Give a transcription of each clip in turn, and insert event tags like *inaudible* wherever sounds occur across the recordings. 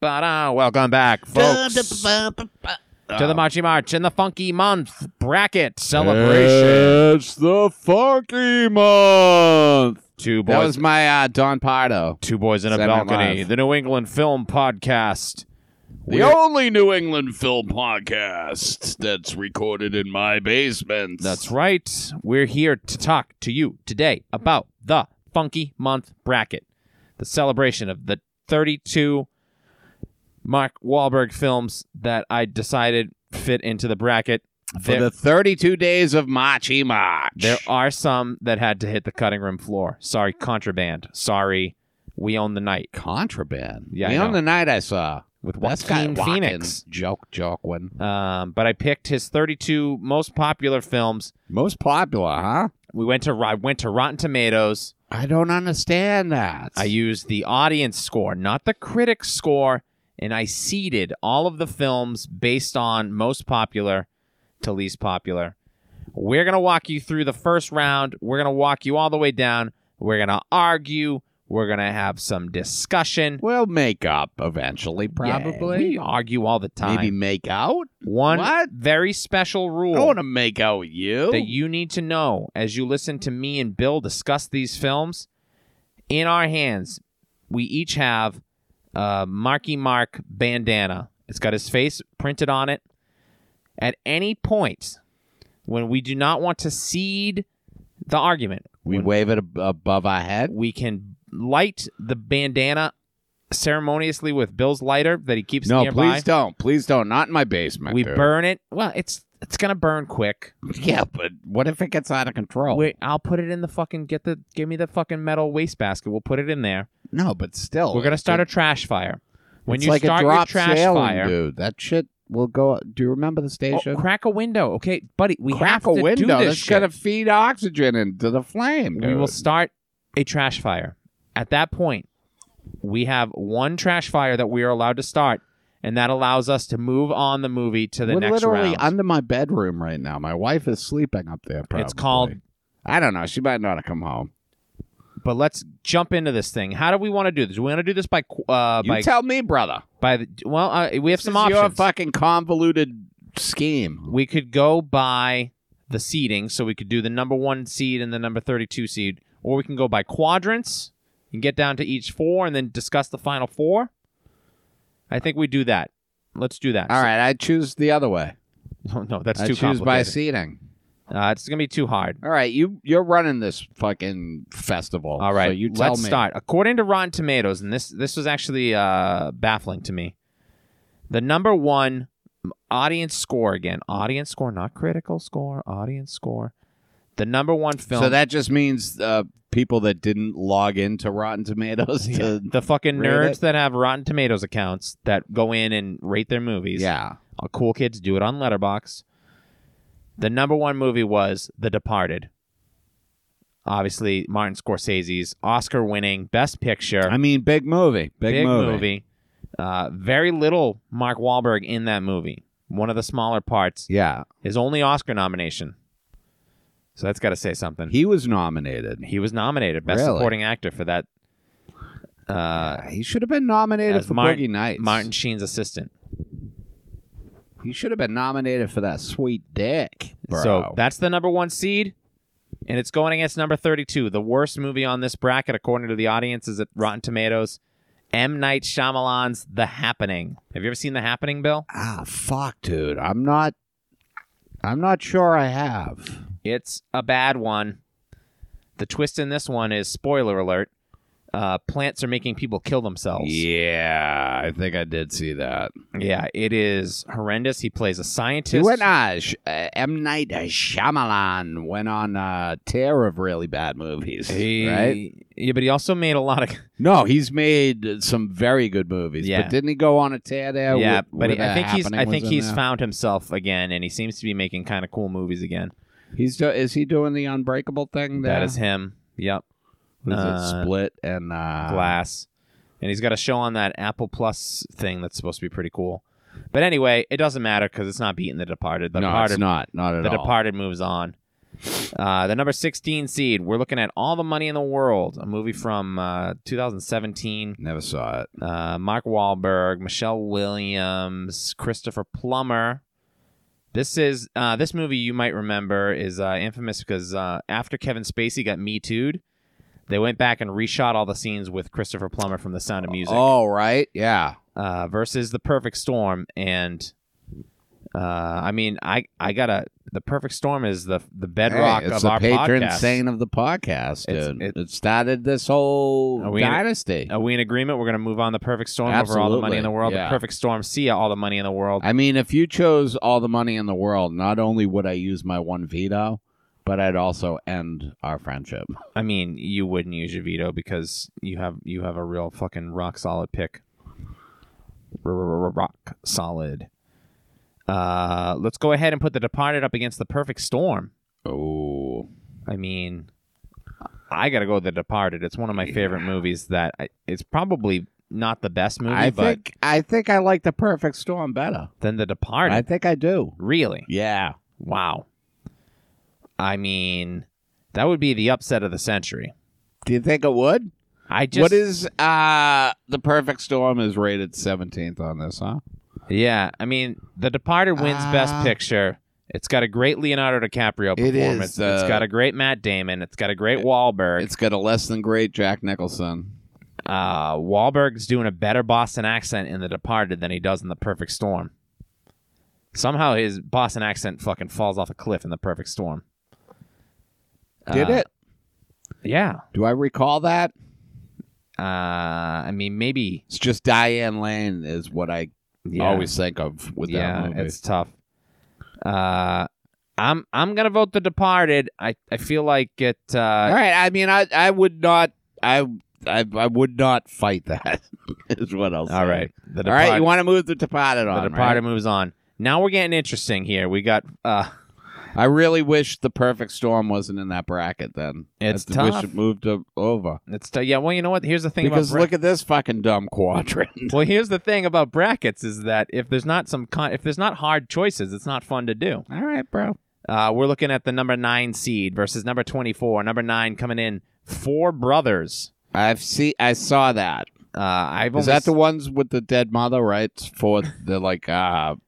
Welcome back, folks, to the Marchy March and the Funky Month bracket celebration. It's the funky month. Two That boys, was my uh, Don Pardo. two boys in a Saturday Night balcony. Live. The New England Film Podcast. The only New England film podcast that's recorded in my basement. That's right. We're here to talk to you today about the Funky Month bracket, the celebration of the 32 Mark Wahlberg films that I decided fit into the bracket. for There- the 32 days of Machi March. There are some that had to hit the cutting room floor. Sorry, contraband. Sorry, we own the night contraband. Yeah, the I know. the night I saw. with That's got Joaquin Phoenix. Watkins. Joke, joke one. Um, but I picked his 32 most popular films. Most popular, huh? We went to Ro- I went to Rotten Tomatoes. I don't understand that. I used the audience score, not the critic score, and I seeded all of the films based on most popular to least popular. We're gonna walk you through the first round. We're gonna walk you all the way down. We're gonna argue. We're gonna have some discussion. we'll make up eventually, Yeah, probably. we argue all the time. Maybe make out. One What? very special I rule want to make out with you. that you need to know as you listen to me and Bill discuss these films. In our hands, we each have a Marky Mark bandana. It's got his face printed on it. At any point when we do not want to cede the argument, we when- wave it ab- above our head. we can light the bandana ceremoniously with Bill's lighter that he keeps No, nearby. please don't. Please don't. Not in my basement. we dude. burn it. Well, it's it's gonna burn quick. *laughs* Yeah, but what if it gets out of control? Wait, I'll put it in the fucking get the give me the fucking metal wastebasket. We'll put it in there. no, but still, We're gonna it's start a- a trash fire. When Oh, it's you like start a your drop trash sailing, fire, dude. That shit will go. Do you remember the oh, station? crack a window, okay, buddy. We Crack have a to window. do this that's shit. gonna feed oxygen into the flame. We dude. will start a trash fire. At that point, we have one trash fire that we are allowed to start, and that allows us to move on the movie to the We're next literally round. under my bedroom right now. My wife is sleeping up there. Probably. It's called. I don't know. She might not have come home. But let's jump into this thing. How do we want to do this? We want to do this by qu- uh you by tell me, brother. by the well. Uh, we have This some is options. Your fucking convoluted scheme. We could go by the seeding, so we could do the number one seed and the number 32 seed, or we can go by quadrants and get down to each four and then discuss the final four. I think we do that. Let's do that. All right, I choose the other way. *laughs* No, no, that's I too choose by complicated. seating. uh, it's gonna be too hard. All right, you you're running this fucking festival. All right, so you tell let's me. start. According to Rotten Tomatoes, and this this was actually uh, baffling to me. The number one audience score again, audience score, not critical score, audience score. The number one film. *laughs* So that just means uh, people that didn't log into *laughs* Rotten Tomatoes. To, the fucking rate nerds it? that have Rotten Tomatoes accounts that go in and rate their movies. yeah. Uh, cool kids do it on Letterbox. The number one movie was The Departed. Obviously, Martin Scorsese's Oscar-winning Best Picture, I mean, big movie. Big, movie. Uh, very little Mark Wahlberg in that movie. One of the smaller parts. Yeah. His only Oscar nomination. So that's got to say something. He, He was nominated. was nominated Best Really? Supporting Actor for that. Uh, He should have been nominated As for Martin- Boogie Nights. Martin Sheen's assistant. He should have been nominated for that sweet dick, bro. So that's the number one seed, and it's going against number 32, the worst movie on this bracket, according to the audience, is at Rotten Tomatoes. M. Night Shyamalan's The Happening. Have you ever seen The Happening, Bill? ah fuck, dude. I'm not. I'm not sure I have. It's a bad one. The twist in this one is spoiler alert uh, plants are making people kill themselves. Yeah, I think I did see that. Yeah, it is horrendous. He plays a He scientist. went on Sh- uh, M Night Shyamalan went on a tear of really bad movies, He- right? Yeah, but he also made a lot of. No, he's made some very good movies, Yeah. but didn't he go on a tear there? yeah, with- but with I The think he's I Happening think was in he's there? found himself again, and he seems to be making kind of cool movies again. He's do- is he doing the Unbreakable thing? There? That is him. Yep, What is uh, it Split and uh, Glass, and he's got a show on that Apple Plus thing that's supposed to be pretty cool. But anyway, it doesn't matter because it's not beating The Departed. The no, Departed, it's not. Not at The all. Departed moves on. Uh, the number 16 seed, we're looking at All the Money in the World, a movie from uh, 2017. Never saw it. Uh, Mark Wahlberg, Michelle Williams, Christopher Plummer. This is uh, this movie you might remember is uh, infamous because uh, after Kevin Spacey got Me Too'd, they went back and reshot all the scenes with Christopher Plummer from The Sound of Music Oh, right. Yeah. uh, versus the Perfect Storm, and uh, I mean, I I gotta the Perfect Storm is the the bedrock Hey, it's of the our patron podcast. saint of the podcast, It's- dude. it- It, started this whole Are we Oh. in- dynasty. Are we in agreement? We're gonna move on the Perfect Storm over all the money in the Absolutely, world. yeah. The Perfect Storm, see ya, all the money in the world. I mean, if you chose all the money in the world, not only would I use my one veto, but I'd also end our friendship. I mean, you wouldn't use your veto because you have you have a real fucking rock solid pick. R- r- r- Rock solid. Uh, let's go ahead and put the Departed up against the Perfect Storm. Oh, I mean, I gotta go with The Departed. It's one of my favorite movies. That I, it's probably not the best movie, I but think I think I like the perfect storm better. then The Departed. I think I do. really? Yeah. Wow. I mean, that would be the upset of the century. Do you think it would? I just what is uh the perfect storm is rated 17th on this, huh? yeah. I mean, The Departed wins Best Ah. Picture. It's got a great Leonardo DiCaprio It is, performance. it's uh, got a great Matt Damon. It's got a great Wahlberg. It's got a less than great Jack Nicholson. Uh, Wahlberg's doing a better Boston accent in The Departed than he does in The Perfect Storm. Somehow his Boston accent fucking falls off a cliff in The Perfect Storm. Did Uh, it? Yeah. Do I recall that? Uh, I mean, maybe. It's just Diane Lane is what I Yeah. always think of with yeah, that movie. it's tough. Uh, I'm I'm gonna vote The Departed. I, I feel like it. All Uh, right. I mean, I I would not. I I, I would not fight that. *laughs* is what I'll say. all right. The All right. Departed- You want to move the Departed on? the Departed right? moves on. Now we're getting interesting here. We got uh, I really wish the Perfect Storm wasn't in that bracket. Then It's I tough. Wish it moved o- over. it's yeah. Well, you know what? Here's the thing Because about Bra- look at this fucking dumb quadrant. Well, here's the thing about brackets is that if there's not some con- if there's not hard choices, it's not fun to do. All right, bro. Uh, we're looking at the number nine seed versus number twenty four. Number nine coming in four brothers. I've see. I saw that. Uh, I've Is only that the s- ones with the dead mother? Right for the like. uh *laughs*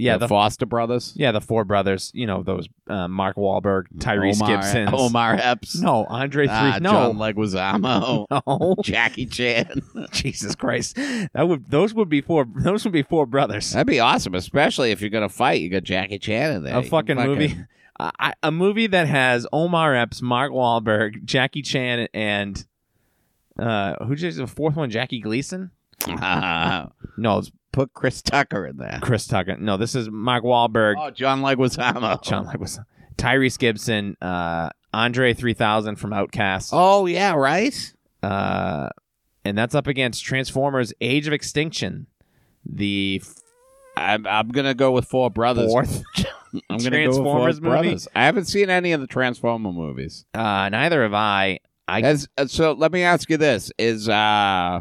yeah the, the, Foster brothers. yeah the four brothers. You know those uh, Mark Wahlberg, Oh Tyrese Omar, Gibson, *laughs* Omar Epps. no Andre three, oh Ah, John no. *laughs* Leguizamo. No, Jackie Chan. Jesus Christ! That would those would be four. Those would be four brothers. That'd be awesome, especially if you're gonna fight. You got Jackie Chan in there. a You can fucking, movie. *laughs* I, I- a movie that has Omar Epps, Mark Wahlberg, Jackie Chan, and uh, who's just the fourth one? Jackie Gleason? *laughs* No, it's uh, Put Chris Tucker in there. Chris Tucker. No, this is Mark Wahlberg, Oh, John Leguizamo. John Leguizamo, Tyrese Gibson, uh, Andre three thousand from Outcast, Oh yeah, right. uh, and that's up against Transformers: Age of Extinction, the I'm, I'm gonna go with four brothers. fourth. Oh, *laughs* I'm Transformers movie? I haven't seen any of the Transformer movies. Uh, neither have I. I As, uh, so let me ask you this: Is uh,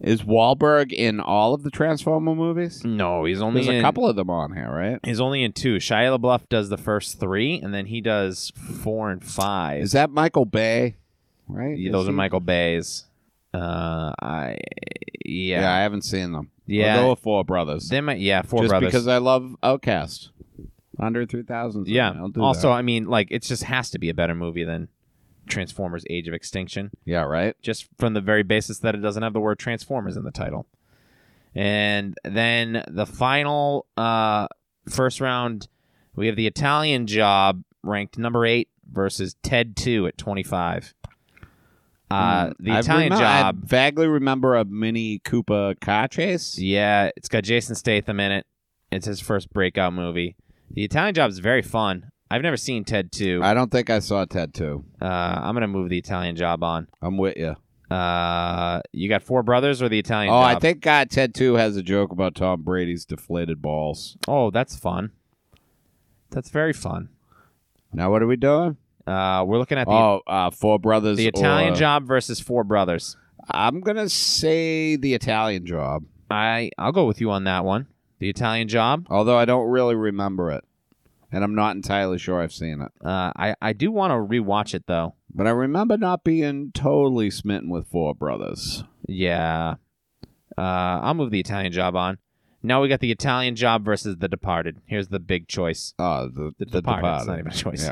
is Wahlberg in all of the Transformer movies? no, he's only There's a in- couple of them on here, right? He's only in two. Shia LaBeouf does the first three, and then he does four and five. Is that Michael Bay? Right? Yeah, Is Those are he- Michael Bay's. Uh, I Yeah. yeah I haven't seen them. Yeah. I'll go with Four Brothers. they might yeah four just brothers. because I love Outcast. Under three thousand. yeah. I'll do Also, that. I mean, like it just has to be a better movie than Transformers: Age of Extinction, yeah, right. just from the very basis that it doesn't have the word Transformers in the title. And then the final uh, first round, we have the Italian Job ranked number eight versus Ted Two at twenty five. Uh, Mm. the I Italian remem- I Job, vaguely remember a Mini Koopa car chase. yeah, it's got Jason Statham in it. It's his first breakout movie. The Italian Job is very fun. I've never seen Ted Two. I don't think I saw Ted Two. Uh, I'm gonna move the Italian Job on. I'm with you. Uh, you got four brothers or the Oh, Italian? I Job? think uh, Ted Two has a joke about Tom Brady's deflated balls. Oh, that's fun. That's very fun. Now what are we doing? Uh, we're looking at the, Oh, uh, Four Brothers. the Italian or- Job versus Four Brothers. I'm gonna say the Italian Job, I I'll go with you on that one. The Italian Job. although I don't really remember it. and I'm not entirely sure I've seen it. Uh, I I do want to rewatch it though. But I remember not being totally smitten with Four Brothers. Yeah. Uh, I'll move the Italian job on. Now we got the Italian job versus the Departed. Here's the big choice. Uh, the, the, Departed. Departed. It's not even a choice.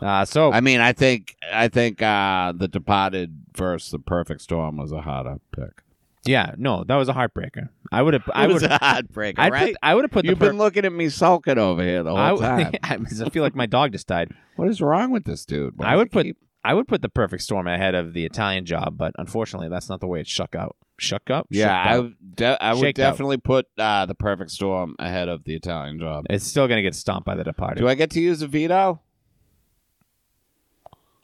Yeah. Uh, so I mean, I think I think uh, the Departed versus the Perfect Storm was a harder pick. yeah, no, that was a heartbreaker. I would have. I It was would. a heartbreaker, I right? put. I would have put You've the. been looking at me sulking over here the whole I, time. I *laughs* was- I feel like my dog just died. what is wrong with this dude? Why I does would he put- keep- I would put the perfect storm ahead of the Italian job, but unfortunately, that's not the way it shook out. Shook up. Yeah, Shook I out. would de- I would Shaked out. definitely put uh, the Perfect Storm ahead of the Italian Job. it's still gonna get stomped by the Departed. Do I get to use a veto?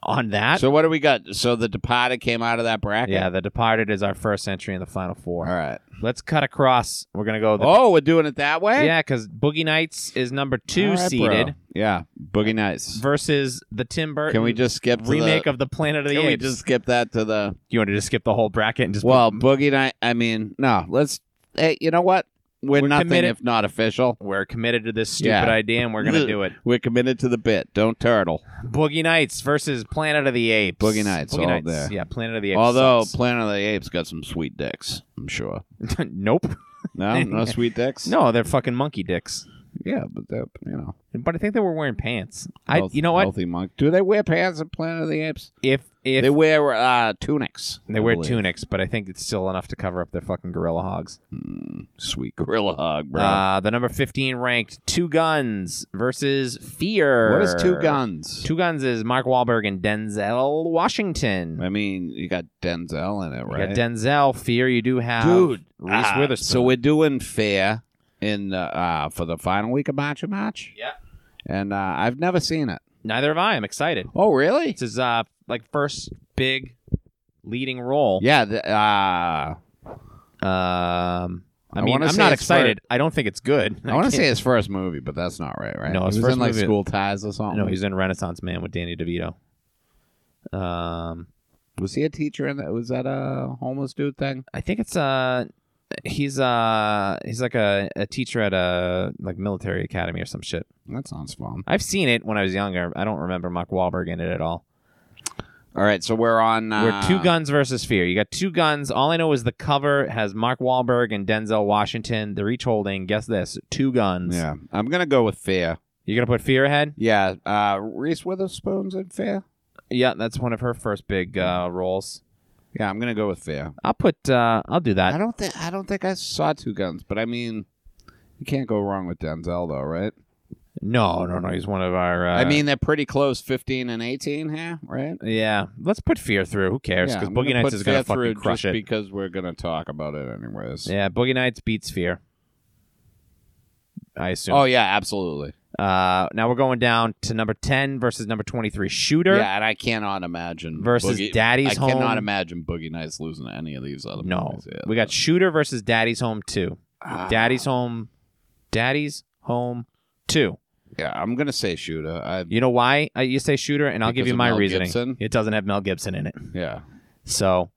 On that, So what do we got? So the Departed came out of that bracket. yeah, the Departed is our first entry in the final All four. right. Let's cut across. We're gonna go. The, Oh, we're doing it that way. Yeah, because Boogie Nights is number All two right, bro. seeded Yeah. Boogie Nights. versus the Tim Burton. Can we just skip to remake the, of the Planet of the Can we Apes? just skip that to the? you want to just skip the whole bracket and just Well, Boogie Night. I mean, no. Let's. Hey, you know what? We're, We're nothing committed- if not official. we're committed to this stupid Yeah. idea and we're *laughs* gonna do it. We're committed to the bit. Don't turtle. Boogie Nights versus Planet of the Apes. Boogie Nights, Boogie all Nights. there. Yeah, Planet of the Apes. Although sucks. *laughs* Planet of the Apes got some sweet dicks, I'm sure. nope. No, no sweet dicks. No, they're fucking monkey dicks. Yeah, but that you know. But I think they were wearing pants. I, Health- you know what? Healthy monk. Do they wear pants in Planet of the Apes? If if they they, wear uh, tunics. I wear believe. tunics, but I think it's still enough to cover up their fucking gorilla hogs. Mm, sweet gorilla hog, bro. Uh, the number fifteen ranked Two Guns versus Fear. what is two guns? Two Guns is Mark Wahlberg and Denzel Washington. I mean, you got Denzel in it, You right? got Denzel Fear. You do have Dude, Reese Ah, Witherspoon. So we're doing fair in uh, uh, for the final week of Macho Match. Yeah. And uh, I've never seen it. Neither have I. I'm excited. Oh, really? It's his uh like first big leading role. Yeah. The, uh, Um, I, I mean, wanna I'm say not it's excited. I don't think it's good. I want can't- to say his first movie, but that's not right, right? No, He his was first in, like movie- School Ties or something. No, he's in Renaissance Man with Danny DeVito. Um, was he a teacher in that? Was that a homeless dude thing? I think it's uh he's uh he's like a, a teacher at a like military academy or some shit. That sounds fun. I've seen it when I was younger. I don't remember Mark Wahlberg in it at all. All right, so we're on. Uh, We're two guns versus fear. You got two guns. All I know is the cover has Mark Wahlberg and Denzel Washington. They're each holding, guess this, two guns. Yeah, I'm gonna go with fear. You're gonna put fear ahead? Yeah, uh, Reese Witherspoon's in fear. Yeah, that's one of her first big uh, roles. Yeah, I'm gonna go with fear. I'll put uh, I'll do I that. don't think I don't think I saw two guns, but I mean, you can't go wrong with Denzel though, right? No, no, no. He's one of our. Uh, I mean, they're pretty close, 15 and 18 here, right? Yeah, let's put fear through. Who cares? Yeah, Because I'm Boogie gonna Nights put is gonna fear through fucking crush just it. because we're gonna talk about it anyways. Yeah, Boogie Nights beats fear. I assume. Oh yeah, absolutely. Uh, now we're going down to number ten versus number twenty-three. Shooter Yeah, and I cannot imagine versus Boogie- Daddy's I Home. cannot imagine Boogie Nights losing to any of these other. No, movies. Yeah, we got Shooter versus Daddy's Home Two. Ah. Daddy's Home, Daddy's Home Two. Yeah, I'm gonna say shooter. I You know why I, you say Shooter? And I'll give Because you of my Mel reasoning. Gibson? It doesn't have Mel Gibson in it, yeah. so.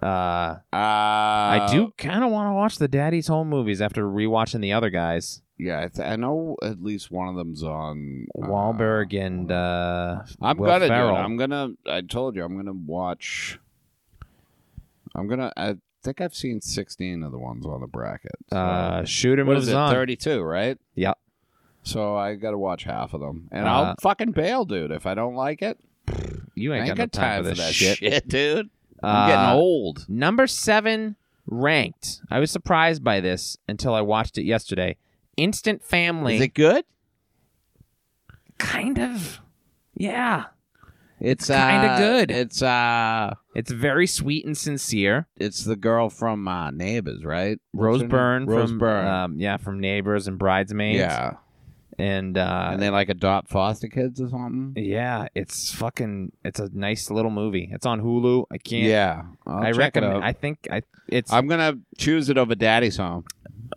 Uh, Uh, I do kind of want to watch the Daddy's Home movies after rewatching the other guys, Yeah, I, th- I know at least one of them's on uh, Wahlberg and uh, I'm Will gonna Ferrell. do it. I'm gonna. I told you, I'm gonna watch. I'm gonna. I think I've seen 16 of the ones on the bracket. So- uh, Shooter what moves is it? on. 32, right? Yep. So I got to watch half of them, and Uh, I'll fucking bail, dude. If I don't like it, You I ain't got, ain't no got time for this that shit. shit, dude. I'm getting Uh, old. Number seven ranked. I was surprised by this until I watched it yesterday. Instant Family. Is it good? kind of? Yeah. It's kinda uh, good. It's uh, It's very sweet and sincere. it's the girl from uh, Neighbors, right? Rose What's her Byrne name? Rose from Byrne. uh, Um, yeah from Neighbors and Bridesmaids. yeah. and uh, and they like adopt foster kids or something. yeah, it's fucking. It's a nice little movie. It's on Hulu. I can't. Yeah, I'll I check recommend. It out. I think I. It's I'm gonna choose it over Daddy's Home.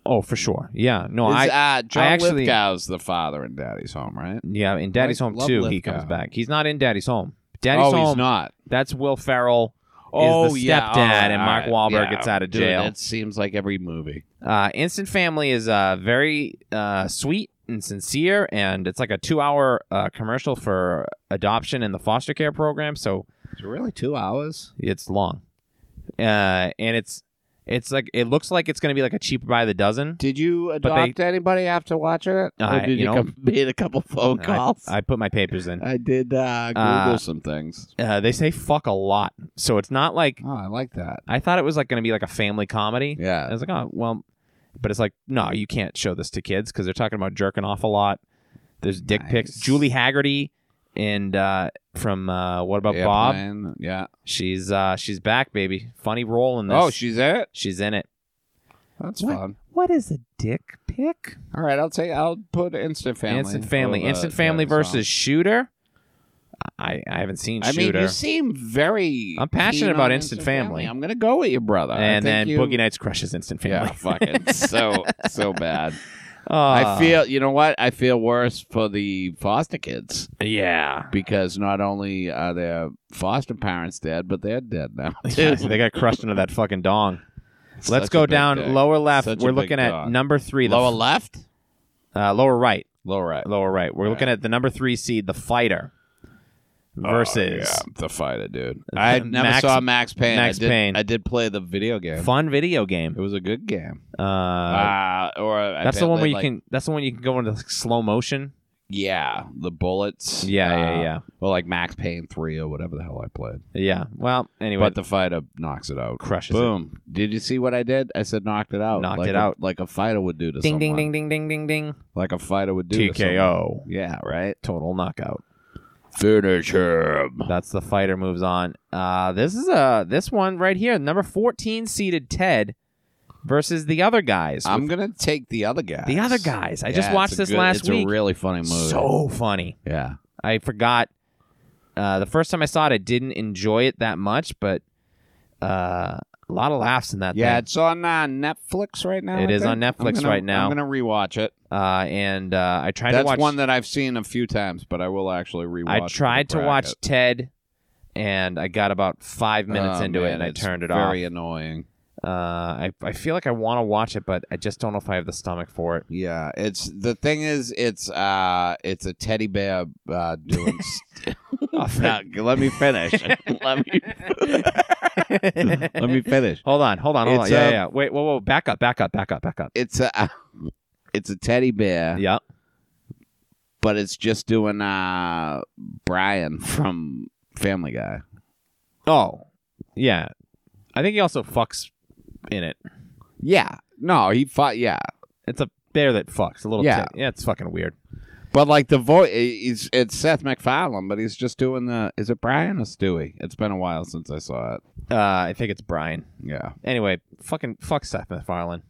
oh for sure. Yeah. No, I. Is, uh, John actually- Lithgow's the father in Daddy's Home, right? yeah, in Daddy's I Home love too. He Lithgow. comes back. He's not in Daddy's Home. Daddy's oh, Home. he's not. That's Will Ferrell. oh, the yeah, stepdad, all right, and all Mark right. Wahlberg Yeah. gets out of Dude, jail. That seems like every movie. Uh, Instant Family is uh, very uh, sweet and sincere, and it's like a two-hour uh, commercial for adoption in the foster care program. So Is it really two hours? it's long, uh, and it's it's like it looks like it's going to be like a cheap by the dozen. Did you they- adopt anybody after watching it? Or I- did you you, know- come, *laughs* made a couple phone I, calls? I put my papers in. I did uh, Google Uh, some things. Uh, they say fuck a lot, so it's not like Oh, I like that. I thought it was like going to be like a family comedy. I Yeah. was like, oh well, but it's like no, you can't show this to kids because they're talking about jerking off a lot. There's dick pics. Nice. Julie Haggerty and uh, from uh, What About Bob? Airplane, Yeah. She's uh, she's back, baby. Funny role in this. Oh, she's in it. she's in it. That's What? fun. What is a dick pic? All right, I'll take. I'll put instant family. Instant for Family. the- Instant Family the versus song. Shooter. I I haven't seen I mean, Shooter. you seem very. I'm passionate keen about on Instant Family. I'm gonna go with you, brother. I and think then you- Boogie Nights crushes Instant Yeah, Family. *laughs* fucking so so bad. Uh, I feel you know what? I feel worse for the foster kids yeah. because not only are their foster parents dead, but they're dead *laughs* now. Yeah, they got crushed into that fucking dong. Let's Such a go big down dick. lower left. Such a We're big looking at dog. number three. The Lower f- left, uh, lower right. lower right. Oh, Lower right. We're looking at the number three seed, the fighter, versus yeah, the fighter, dude. I never Max- saw Max Payne. Max I did, Payne. I did play the video game. fun video It game. was a good game. Uh, Uh, or I that's the bet one they, where you like- can. That's the one you can go into like, slow motion. Yeah, the bullets. Yeah, uh, yeah, yeah, Well, like Max Payne three or whatever the hell I played. yeah. Well, anyway, But the fighter knocks it out. crushes it. Boom! Did you see what I did? I said knocked it out. Knocked like it a, out. like a fighter would do to Ding, someone. ding, ding, ding, ding, ding, ding. Like a fighter would do. to someone. TKO. Yeah, right. Total knockout. Finish him. That's the fighter moves on. Uh, this is uh this one right here, number fourteen seeded Ted versus the other guys. I'm gonna take the other guy. The other guys. I Yeah, just it's watched a this good- last it's week. a really funny movie. so funny. yeah, I forgot. Uh, the first time I saw it, I didn't enjoy it that much, but uh, a lot of laughs in that. yeah. thing. It's on uh, Netflix right now. It I is on think. I'm Netflix gonna- right now. I'm gonna rewatch it. Uh, and uh, I tried That's to watch. one that I've seen a few times, but I will actually rewatch. I for the tried to watch bracket. Ted, and I got about five minutes Oh, into it, man, and I it's turned it Very off. annoying. Uh, I I feel like I want to watch it, but I just don't know if I have the stomach for *laughs* it. Yeah, it's the thing is, it's uh, it's a teddy bear uh, *laughs* doing. st- Now, let me finish. *laughs* let me *laughs* let me finish. Hold on, hold on, hold on. It's, Yeah, yeah, uh, yeah. Wait, whoa, whoa. Back up, back up, back up, back up. It's a *laughs* it's a teddy bear, Yeah. but it's just doing uh Brian from Family Guy. Oh, yeah. I think he also fucks in it. Yeah, no, he fought. Yeah, It's a bear that fucks. A little Yeah. tit- Yeah, it's fucking weird. but like the voice, it's it's Seth MacFarlane, but he's just doing the. Is it Brian or Stewie? It's been a while since I saw it. Uh, I think it's Brian. Yeah. Anyway, fucking fuck Seth MacFarlane.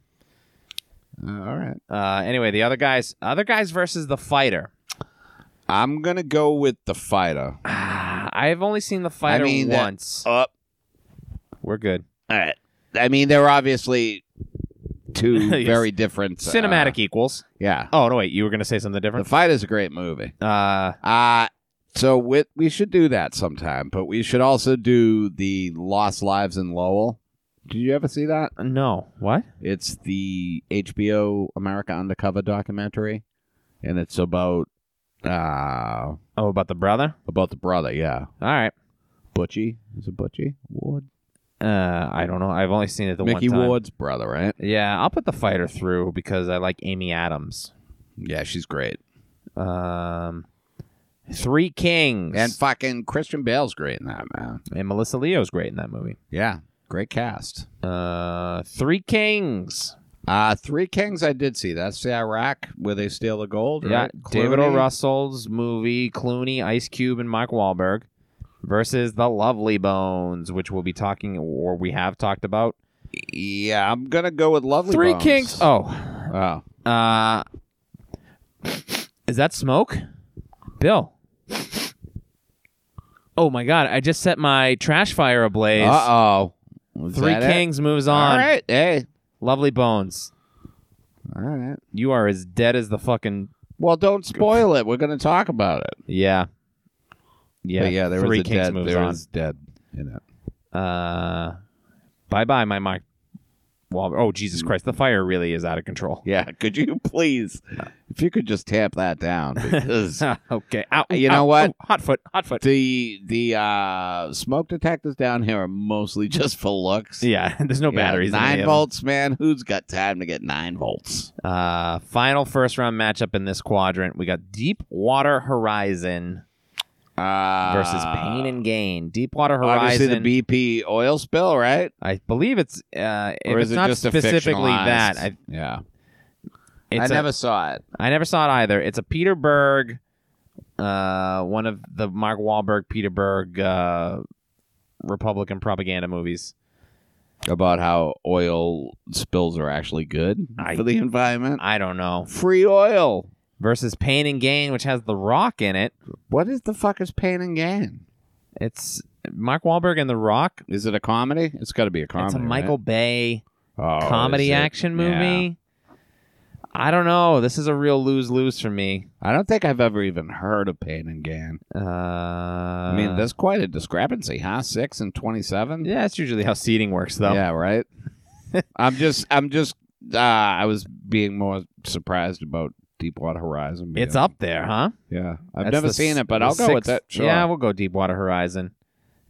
Uh, all right. Uh, anyway, the other guys, other guys versus the fighter. *sighs* I'm gonna go with the fighter. Ah, I've only seen the fighter mean, that- once. Up. We're good. All right. I mean, they're obviously *laughs* two Yes. very different uh, Cinematic equals. yeah, Oh no, wait, you were gonna say something the different. fight is a great movie. uh, Uh so with, we should do that sometime, but we should also do the Lost Lives in Lowell. Did you ever see that? no. What? It's the HBO America Undercover documentary, and it's about uh Oh, about the brother. about the brother. Yeah, All right. Butchie is it Butchie Ward? Uh, I don't know. I've only seen it the Mickey one time. Ward's brother, right? Yeah, I'll put the fighter through because I like Amy Adams. Yeah, she's great. Um, Three Kings And fucking Christian Bale's great in that, man. and Melissa Leo's great in that movie. Yeah, great cast. Uh, Three Kings. Uh Three Kings I did see. That's the Iraq where they steal the gold. Yeah, right? David O. Clooney. Russell's movie, Clooney, Ice Cube, and Mark Wahlberg versus The Lovely Bones, which we'll be talking or we have talked about. Yeah, I'm gonna go with Lovely Three Bones. Kings. Oh, Oh. uh, is that smoke, Bill? Oh my God! I just set my trash fire ablaze. Uh oh. Three Kings moves on. All right. Hey. Lovely Bones, All right. you are as dead as the fucking Well, don't spoil it. We're gonna talk about it. yeah. Yeah, But yeah. There Three was a Kings dead. moves There on. was dead in it. Uh, bye bye, my Mark Wahlberg. Oh, Jesus Mm. Christ. The fire really is out of control. Yeah, could you please, if you could just tap *laughs* that down because okay. Ow, You ow, know what? ow. hot foot. Hot foot. the the uh, smoke detectors down here are mostly just for looks. Yeah. *laughs* There's no Yeah, batteries. in any nine of them. volts, man. Who's got time to get nine volts? Uh, final first round matchup in this quadrant. We got Deepwater Horizon Uh, versus Pain and Gain. Deepwater Obviously, Horizon. the BP oil spill, right? I believe it's uh, if or it's is it not just a specifically fictionalized- that. I, yeah, I it's a- never saw it. I never saw it either. It's a Peter Berg, uh, one of the Mark Wahlberg Peter Berg uh, Republican propaganda movies. About how oil spills are actually good I- for the environment. I don't know. Free oil. Versus Pain and Gain, which has The Rock in it. What is the fuck is Pain and Gain? It's Mark Wahlberg and The Rock. Is it a comedy? It's got to be a comedy. it's a right? Michael Bay. Oh, comedy is it? action Yeah. movie. I don't know. This is a real lose lose for me. I don't think I've ever even heard of Pain and Gain. Uh, I I mean, there's quite a discrepancy, huh? Six and twenty-seven. Uh. yeah, that's usually how seating works, though. *laughs* Yeah, right. I'm just, I'm just, uh, I was being more surprised about Deepwater Horizon. being- It's up there, huh? Yeah, I've That's never the seen s- it, but the I'll go with sixth- that. Sure. Yeah, we'll go Deepwater Horizon.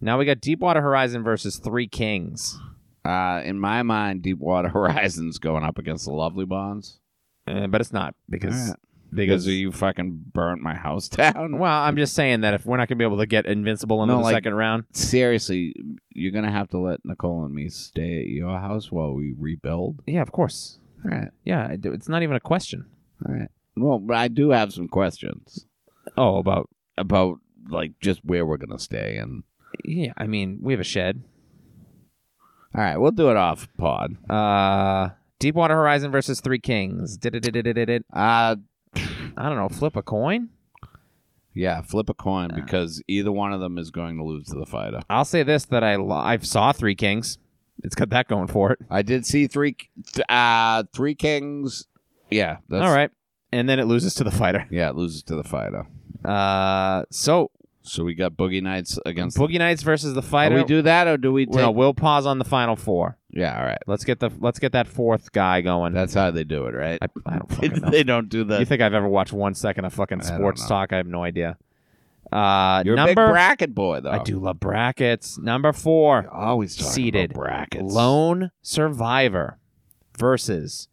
Now we got Deepwater Horizon versus Three Kings. Uh, in my mind, Deepwater *laughs* Horizon's going up against the Lovely Bonds Uh, but it's not because All right. because because you fucking burnt my house *laughs* down. well, I'm just saying that if we're not going to be able to get Invincible into No, the like- second round, Seriously, you're gonna have to let Nicole and me stay at your house while we rebuild. yeah, of course, All right, yeah, I do- it's not even a question. all right. Well, but I do have some questions Oh, about about like just where we're gonna stay and. yeah, I mean we have a shed. All right, we'll do it off pod. Uh, Deepwater Horizon versus Three Kings. Did-did-did-did-did. I Uh, don't know. Flip a coin. Yeah, flip a coin because either one of them is going to lose to the fighter. I'll say this: that I lo- I saw Three Kings. It's got that going for it. I did see three, th- uh, three kings. Yeah, that's, All right, and then it loses to the fighter. Yeah, it loses to the fighter. Uh, so So we got Boogie Nights against. Boogie Nights versus the do fighter. we do that or do we take? Well, we'll pause on the final four. yeah, all right. Let's get the let's get that fourth guy going. That's how they do it, right? *laughs* I, I don't fucking know. they don't do You that. think I've ever watched one second of fucking I don't sports know. talk? I have no idea. Uh, You're number a big Oh. bracket boy, though. I do love brackets. Number four. You're Always talking Seated. about brackets. Lone Survivor versus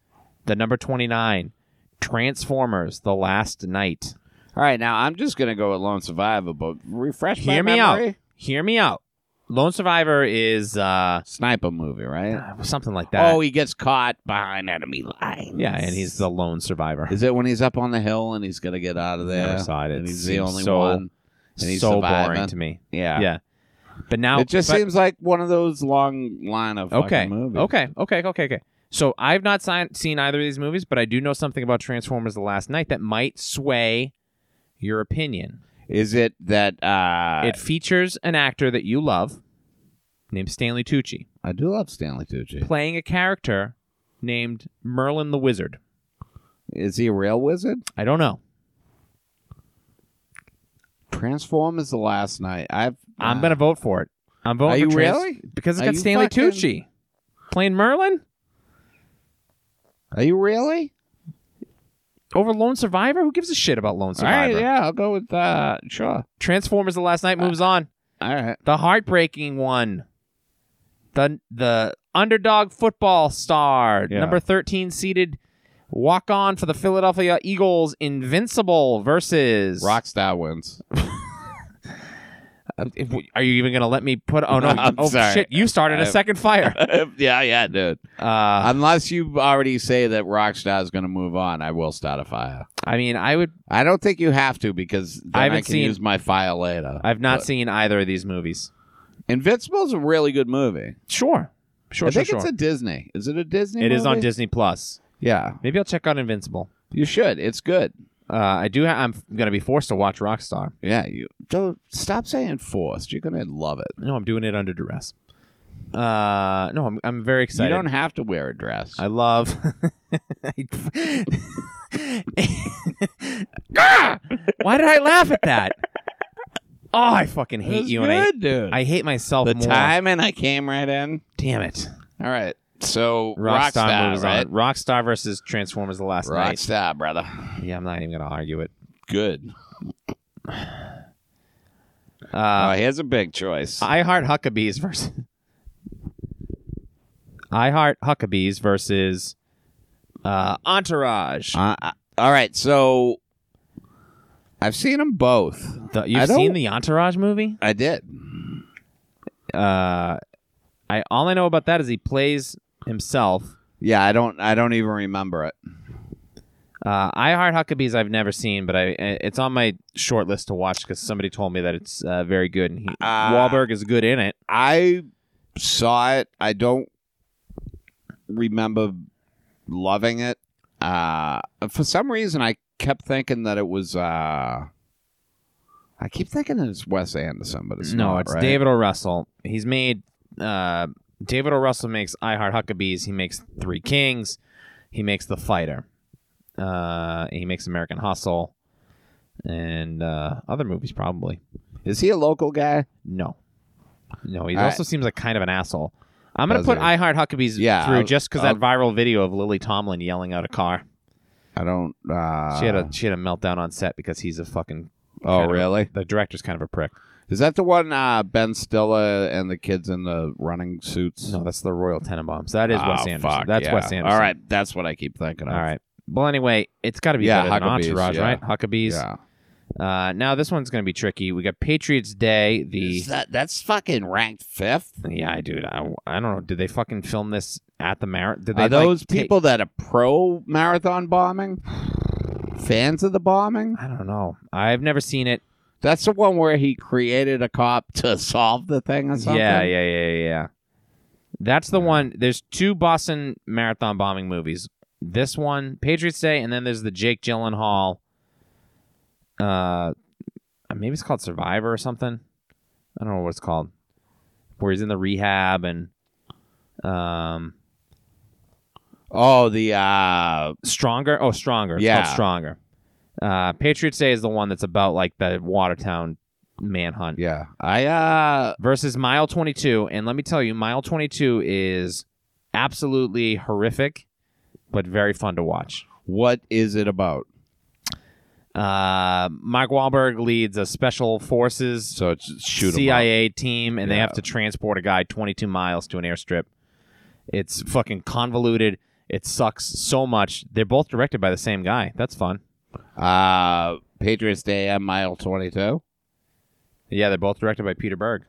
the number 29 Transformers The Last Night. All right, now I'm just gonna go with Lone Survivor, but refresh Hear my me memory. out. Hear me out. Lone Survivor is uh Sniper movie, right? something like that. Oh, he gets caught behind enemy lines. yeah, and he's the lone survivor. Is it when he's up on the hill and he's gonna get out of there? Never saw it. It And he's the seems only so- one. and he's so boring surviving. to me. Yeah. Yeah. But now It just but- seems like one of those long line of fucking okay. movies. Okay. Okay. Okay. Okay. So I've not si- seen either of these movies, but I do know something about Transformers: The Last Night that might sway your opinion. Is it that uh It features an actor that you love named Stanley Tucci I do love Stanley Tucci. playing a character named Merlin the Wizard. Is he a real wizard? I don't know. Transform is the last night. I've I'm uh, going to vote for it. I'm voting Are for you trans- really? because it's Are got you Stanley fucking- Tucci playing Merlin uh, Are you really? over Lone Survivor. Who gives a shit about Lone All Survivor? right, yeah, Uh. I'll go with uh sure. Transformers: The Last Night moves on. All right. The heartbreaking one. The the underdog football star, Yeah. number 13 seeded walk on for the Philadelphia Eagles, Invincible versus Rockstar *laughs* wins. Um, if we- Are you even gonna let me put? Oh *laughs* no! I'm oh sorry. shit! You started a I- second *laughs* fire. yeah, yeah, dude. Uh, Unless you already say that Rockstar is going to move on, I will start a fire. I mean, I would. I don't think you have to because then I I, haven't can seen- use my file later. I've not But- seen either of these movies. Invincible's a really good movie. Sure, sure, sure, I think sure. it's a Disney. Is it a Disney? It is on movie? Disney Plus. Yeah, Maybe I'll check out Invincible. you should. It's good. Uh, I do. Ha- I'm f- gonna be forced to watch Rockstar. Yeah, you don't stop saying forced. You're gonna love it. No, I'm doing it under duress. Uh, no, I'm I'm very excited. You don't have to wear a dress. I love. *laughs* Ah! Why did I laugh at that? Oh, I fucking hate you, and I dude. I hate myself the more. time and I came right in. Damn it. All right, So Rockstar, Rockstar, moves right? on. Rockstar versus Transformers the last night. Rockstar, brother. Yeah, I'm not even gonna argue it. Good. Uh, oh, here's a big choice. I Heart Uh, Huckabees versus *laughs* I Heart Huckabees versus uh, Entourage. Uh, uh, all right, so I've seen them both. The- I you've don't- seen the Entourage movie? I did. Uh, I all I know about that is he plays himself. Yeah, I don't. I don't even remember it. Uh, I Heart Huckabees I've never seen, but I it's on my short list to watch because somebody told me that it's uh, very good and he, Uh, Wahlberg is good in it. I saw it. I don't remember loving it. Uh, for some reason, I kept thinking that it was. Uh, I keep thinking it's Wes Anderson, but it's no, not, it's right? David O. Russell. He's made uh, David O. Russell makes I Heart Huckabees. He makes Three Kings. He makes The Fighter. Uh, he makes American Hustle and uh, other movies probably. Is he a local guy? No, no. He All right. also seems like kind of an asshole. I'm gonna Does put he? I Heart Huckabees Yeah, through I'll- just because that viral video of Lily Tomlin yelling out a car. I don't. Uh, she had a she had a meltdown on set because he's a fucking. Oh, kind of a- really? the director's kind of a prick. Is that the one uh, Ben Stiller and the kids in the running suits? No, that's the Royal Tenenbaums. That is Ah, Wes Anderson. fuck, that's yeah. Wes Anderson. All right, that's what I keep thinking of. All right. Well, anyway, it's got to be Yeah, better than Huckabees, Entourage, yeah. right? Huckabees. Yeah. Uh, now this one's going to be tricky. We got Patriots Day. The Is that that's fucking ranked fifth. yeah, dude. I, I don't know. Did they fucking film this at the Mar? Did they Are like, those take- people that are pro marathon *sighs* bombing? Fans of the bombing? I don't know. I've never seen it. That's the one where he created a cop to solve the thing or something. Yeah, yeah, yeah, yeah, yeah. That's the one. There's two Boston marathon bombing movies. This one, Patriots Day, and then there's the Jake Gyllenhaal. Uh, maybe it's called Survivor or something. I don't know what it's called. Where he's in the rehab and um Oh, the uh stronger. Oh, stronger. It's Yeah. called stronger. Uh, Patriots Day is the one that's about like the Watertown manhunt. yeah. I uh versus mile 22 and let me tell you mile 22 is absolutely horrific but very fun to watch what is it about? uh, Mark Wahlberg leads a special forces So it's shoot 'em up. CIA team, and they Yeah. have to transport a guy 22 miles to an airstrip. It's fucking convoluted. It sucks so much. They're both directed by the same guy. That's fun. Uh Patriots Day at mile twenty two. Yeah, they're both directed by Peter Berg.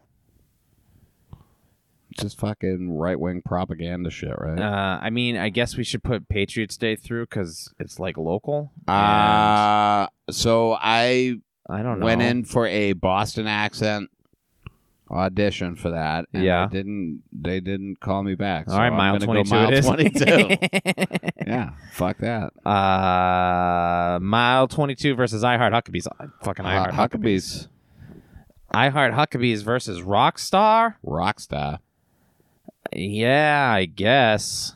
Just fucking right wing propaganda shit, right? Uh, I mean, I guess we should put Patriots Day through because it's like local. and Uh, so I I don't know. went in for a Boston accent audition for that. And Yeah. they didn't they didn't call me back? All right, mile I'm gonna 22 Go mile it is. twenty two. yeah, fuck that. *laughs* uh, mile 22 versus I Heart Huckabees. I- Fucking I Huck- Heart Huckabees. Huckabee's I Heart Huckabees versus Rockstar. rock star. Yeah, I guess.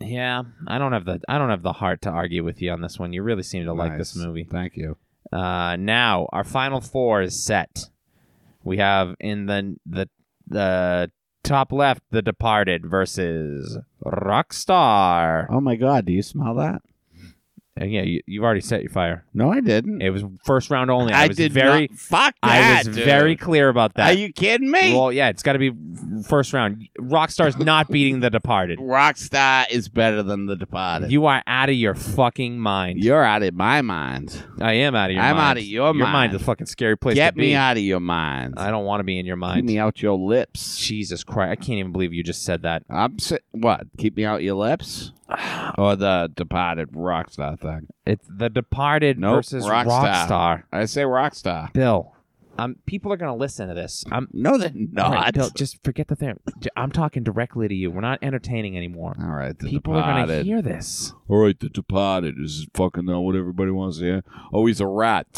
Yeah, I don't have the I don't have the heart to argue with you on this one. You really seem to like this Nice. movie. Thank you. Uh, now our final four is set. We have in the the the top left The Departed versus Rockstar. Oh my god, do you smell that? And yeah, you, you've already set your fire. No, I didn't. It was first round only. I, was did very not. Fuck I that. was dude. very clear about Are that. you kidding me? well, yeah, it's got to be first round. *laughs* Rockstar's not beating The Departed. Rockstar is better than The Departed. You are out of your fucking mind. You're out of my mind. I am out of your I'm mind. out of your Your mind. mind's a fucking scary place Get to be. me out of your mind. I don't want to be in your Keep mind. me out your lips. Jesus Christ. I can't even believe you just said that. I'm si- what? Keep me out *sighs* your lips? or the departed rockstar thing? It's The Departed Nope, versus Rockstar. Rockstar. I say rockstar. Bill, um, people are going to listen to this. I'm No, they're all right, not. Bill, just forget the thing. J- I'm talking directly to you. We're not entertaining anymore. All right, the People are going departed. to hear this. All right, the departed is fucking not what everybody wants to hear. Oh, he's *laughs* a rat.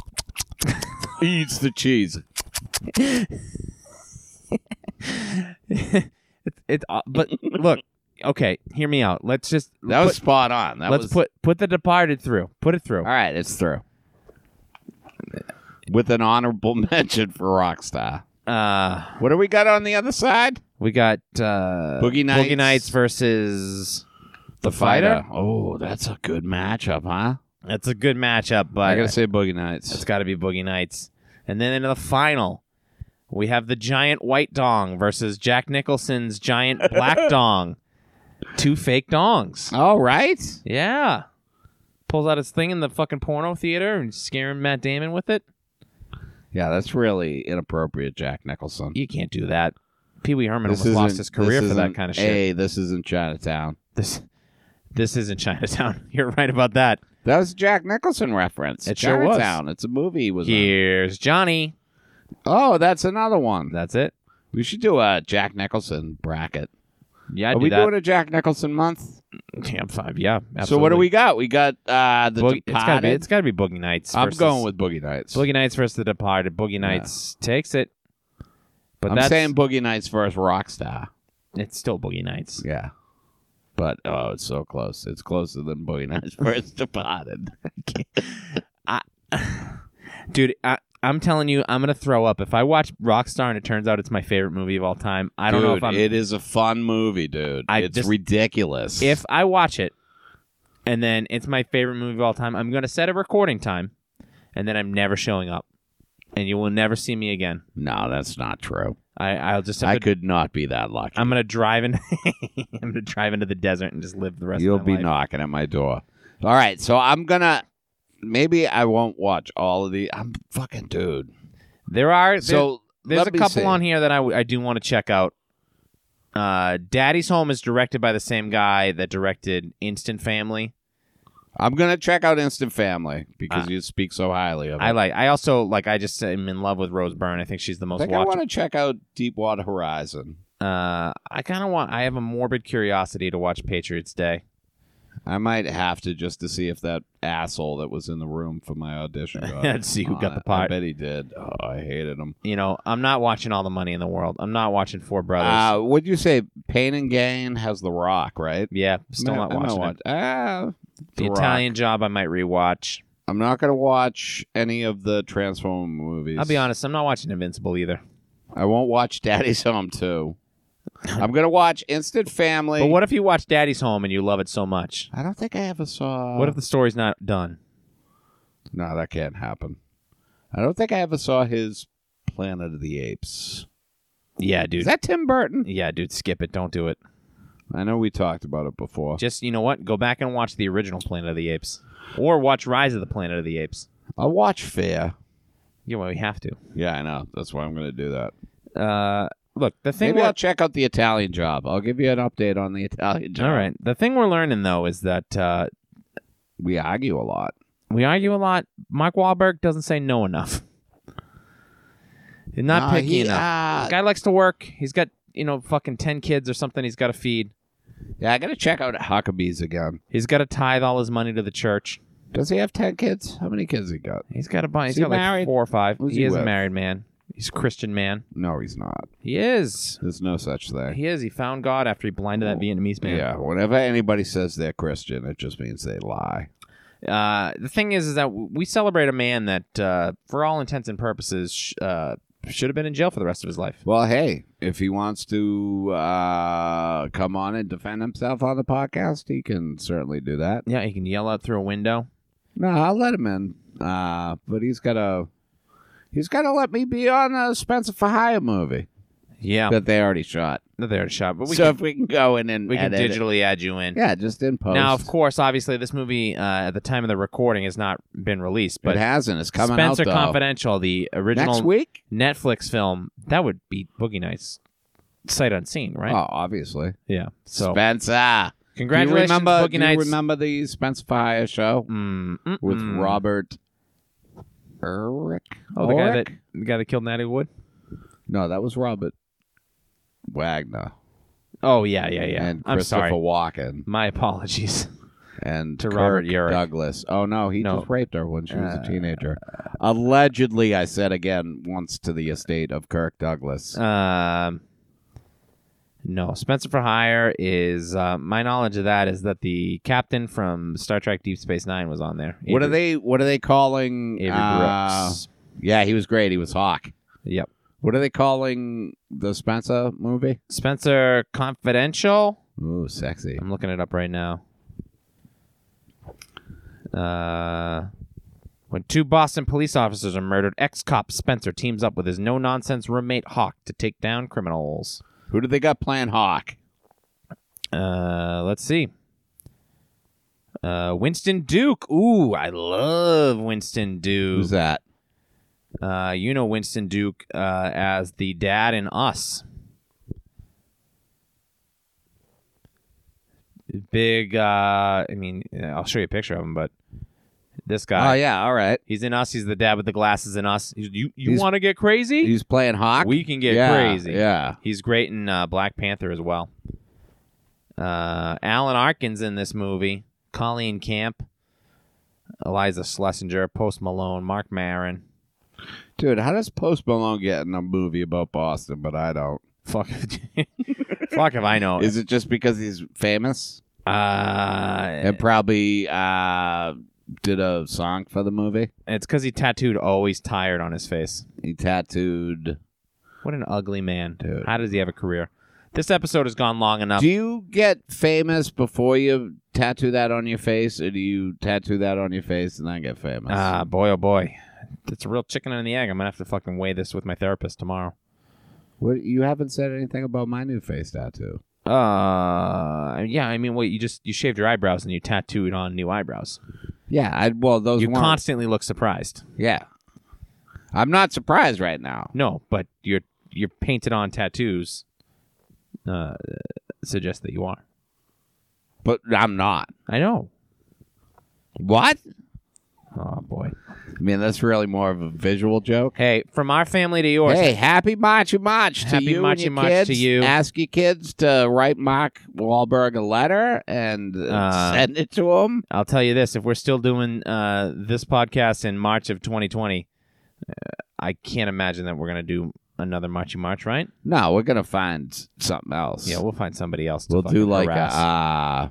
he eats the cheese. It's it's uh, *laughs* but look, okay, hear me out. Let's just That was put- spot on. That let's was, put put the departed through. Put it through. All right, it's through. With an honorable *laughs* mention for rockstar. Uh What do we got on the other side? We got uh, Boogie Nights. Boogie Nights versus The Fighter? Oh, that's a good matchup, huh? That's a good matchup, but I gotta say, Boogie Nights. it's got to be Boogie Nights. And then into the final, we have the giant white dong versus Jack Nicholson's giant *laughs* black dong. Two fake dongs. Uh. All right. Yeah. Pulls out his thing in the fucking porno theater and scaring Matt Damon with it. Yeah, that's really inappropriate, Jack Nicholson. You can't do that. Pee Wee Herman This almost lost isn't- his career this for that isn't- kind of shit. Hey, this isn't Chinatown. This this isn't Chinatown. *laughs* You're right about that. That was a Jack Nicholson reference. It sure was. Chinatown. It's a movie. He was in. Here's Johnny. Oh, that's another one. That's it. We should do a Jack Nicholson bracket. Yeah, I'd are do we that. doing a Jack Nicholson month? Damn five. Yeah. So what do absolutely. we got? We got uh the Boogie, it's gotta be. Departed. It's gotta be Boogie Nights. I'm versus- going with Boogie Nights. Boogie Nights versus the Departed. Boogie Nights takes it. But I'm that's saying Boogie Nights versus Rockstar. it's still Boogie Nights. *sighs* Yeah. But oh, it's so close. It's closer than Boogie Nights *laughs* versus Departed. Dude, I, I'm telling you, I'm gonna throw up. If I watch Rockstar and it turns out it's my favorite movie of all time, I don't know if Dude, I'm It is a fun movie, dude. I it's just- ridiculous. if I watch it and then it's my favorite movie of all time, I'm going to set a recording time and then I'm never showing up. And you will never see me again. no, that's not true. I, I'll just have I to, could not be that lucky. I'm going to drive in *laughs* I'm going to drive into the desert and just live the rest You'll of my be life. knocking at my door. All right, so I'm gonna. Maybe I won't watch all of the. I'm fucking dude. There are so so there's let a me couple see. on here that I, w- I do want to check out. Uh, Daddy's Home is directed by the same guy that directed Instant Family. I'm gonna check out Instant Family because Ah. you speak so highly of it. I like. I also like. I just am in love with Rose Byrne. I think she's the I most think I watchable. want to check out Deepwater Horizon. Uh, I kind of want. I have a morbid curiosity to watch Patriots Day. I might have to just to see if that asshole that was in the room for *laughs* my audition. Let's see who on got the it. Uh, I part. bet he did. Oh, I hated him. You know, I'm not watching all the money in the world. I'm not watching Four Brothers. Uh, what'd you say? Pain and Gain has The Rock, right? yeah, still I not might- I might watching it. watch- Ah, The Rock. Italian Job. I might rewatch. I'm not gonna watch any of the Transformer movies. I'll be honest. I'm not watching Invincible either. I won't watch Daddy's Home *laughs* too. I'm gonna watch Instant Family. But what if you watch Daddy's Home and you love it so much? I don't think I ever saw. What if the story's not done? No, that can't happen. I don't think I ever saw his Planet of the Apes. Yeah, Is dude. that Tim Burton? Yeah, dude. Skip it. Don't do it. I know we talked about it before. Just you know what? Go back and watch the original Planet of the Apes, or watch Rise of the Planet of the Apes. I'll watch Fear. You know, we have to. Yeah, I know. That's why I'm gonna do that. Uh, look, the thing Maybe about I'll check out the Italian Job. I'll give you an update on the Italian Job. All right. The thing we're learning though is that uh, We argue a lot. we argue a lot. Mark Wahlberg doesn't say no enough. He's not No, picky he- enough. ah, Guy likes to work. He's got you know fucking ten kids or something. He's got to feed. yeah, I gotta check out Huckabees again. He's got to tithe all his money to the church. Does he have ten kids? How many kids he got? He's got a bunch. Is He's he got like married? four or five. Who's he, he is a with? married man. He's a Christian man. No, he's not. He is. There's no such thing. He is. He found God after he blinded that Oh, Vietnamese man. Yeah, whenever anybody says they're Christian, it just means they lie. Uh, the thing is, is that w- we celebrate a man that, uh, for all intents and purposes, sh- uh, should have been in jail for the rest of his life. Well, hey, if he wants to uh, come on and defend himself on the podcast, he can certainly do that. Yeah, he can yell out through a window. No, I'll let him in, uh, but he's gotta he's gotta let me be on a Spencer for Hire movie Yeah, that they already shot. they're there to shop, Oh. but we so can, if we can go in and we can edit it. digitally add you in. yeah, just in post. Now, of course, obviously, this movie uh, at the time of the recording has not been released, it but hasn't. It's coming Spencer out though. Confidential, the next original week. Netflix film, that would be Boogie Nights, sight unseen, right? Oh, obviously, Yeah. So, Spencer. Do you congratulations, remember? Boogie do you Nights. remember the Spencer for Hire show? Mm, mm, with mm. Robert Urich. Oh, the guy Ulrich? that the guy that killed Natty Wood. No, that was Robert Wagner. Oh yeah, yeah, yeah. And I'm Christopher sorry. Walken My apologies. and To Kirk Robert Urich. Douglas. Oh no, he No. just raped her when she was Uh, a teenager. Allegedly, I said again once to the estate of Kirk Douglas. Um, no, Spencer for Hire is uh, my knowledge of that is that the captain from Star Trek Deep Space Nine was on there. what are Avery- they? What are they calling? Avery uh, Brooks. yeah, he was great. He was Hawk. Yep. What are they calling the Spencer movie? Spencer Confidential. Ooh, sexy. I'm looking it up right now. Uh, when two Boston police officers are murdered, ex cop Spencer teams up with his no nonsense roommate Hawk to take down criminals. Who do they got playing Hawk? Uh, let's see. Uh, Winston Duke. Ooh, I love Winston Duke. Who's that? Uh, you know Winston Duke uh, as the dad in Us. Big. Uh, I mean, I'll show you a picture of him, but this Oh guy. yeah, all right. He's in Us. He's the dad with the glasses in Us. He's- You you He's- want to get crazy? He's playing Hawk. we can get yeah, crazy. Yeah. He's great in uh, Black Panther as well. Uh, Alan Arkin's in this movie. Colleen Camp, Eliza Schlesinger, Post Malone, Mark Maron. *laughs* Dude, how does Post Malone get in a movie about Boston, but I don't? Fuck. Fuck if I know. Is it just because he's famous uh, and probably uh, did a song for the movie? it's because he tattooed always tired on his face. He tattooed. What an ugly man. Dude. How does he have a career? This episode has gone long enough. Do you get famous before you tattoo that on your face, or do you tattoo that on your face and then get famous? Ah, boy, oh boy. It's a real chicken and the egg. I'm going to have to fucking weigh this with my therapist tomorrow. what, you haven't said anything about my new face tattoo. Uh, yeah, I mean, wait, you just, you shaved your eyebrows and you tattooed on new eyebrows. Yeah, I well those You weren't- constantly look surprised. yeah. I'm not surprised right now. No, but your, your painted on tattoos uh, suggest that you are. But I'm not. I know. What? Oh, boy. I mean, that's really more of a visual joke. Hey, from our family to yours. Hey, happy Machi March to Happy you and Machi your March kids. to you. Ask your kids to write Mark Wahlberg a letter and uh, Uh, send it to him. I'll tell you this: if we're still doing uh, this podcast in March of 2020, uh, I can't imagine that we're gonna do another Marchy March, right? No, we're gonna find something else. Yeah, we'll find somebody else. To we'll do fucking like a, harass. uh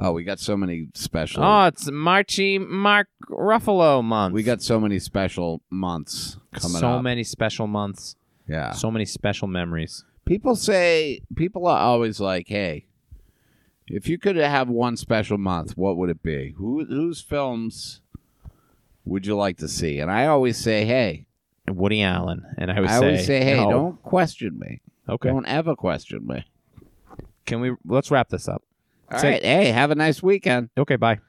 Oh, we got so many special. oh, it's Marchy Mark Ruffalo month. we got so many special months coming so up. Ah. many special months, yeah. so many special memories. People say people are always like, "Hey, if you could have one special month, what would it be? Who whose films would you like to see?" And I always say, "Hey, Woody Allen, and I always I say, always say, "Hey, no. don't question me. Okay, Don't ever question me." can we? Let's wrap this up. All right. Say- Hey, have a nice weekend. Okay, bye.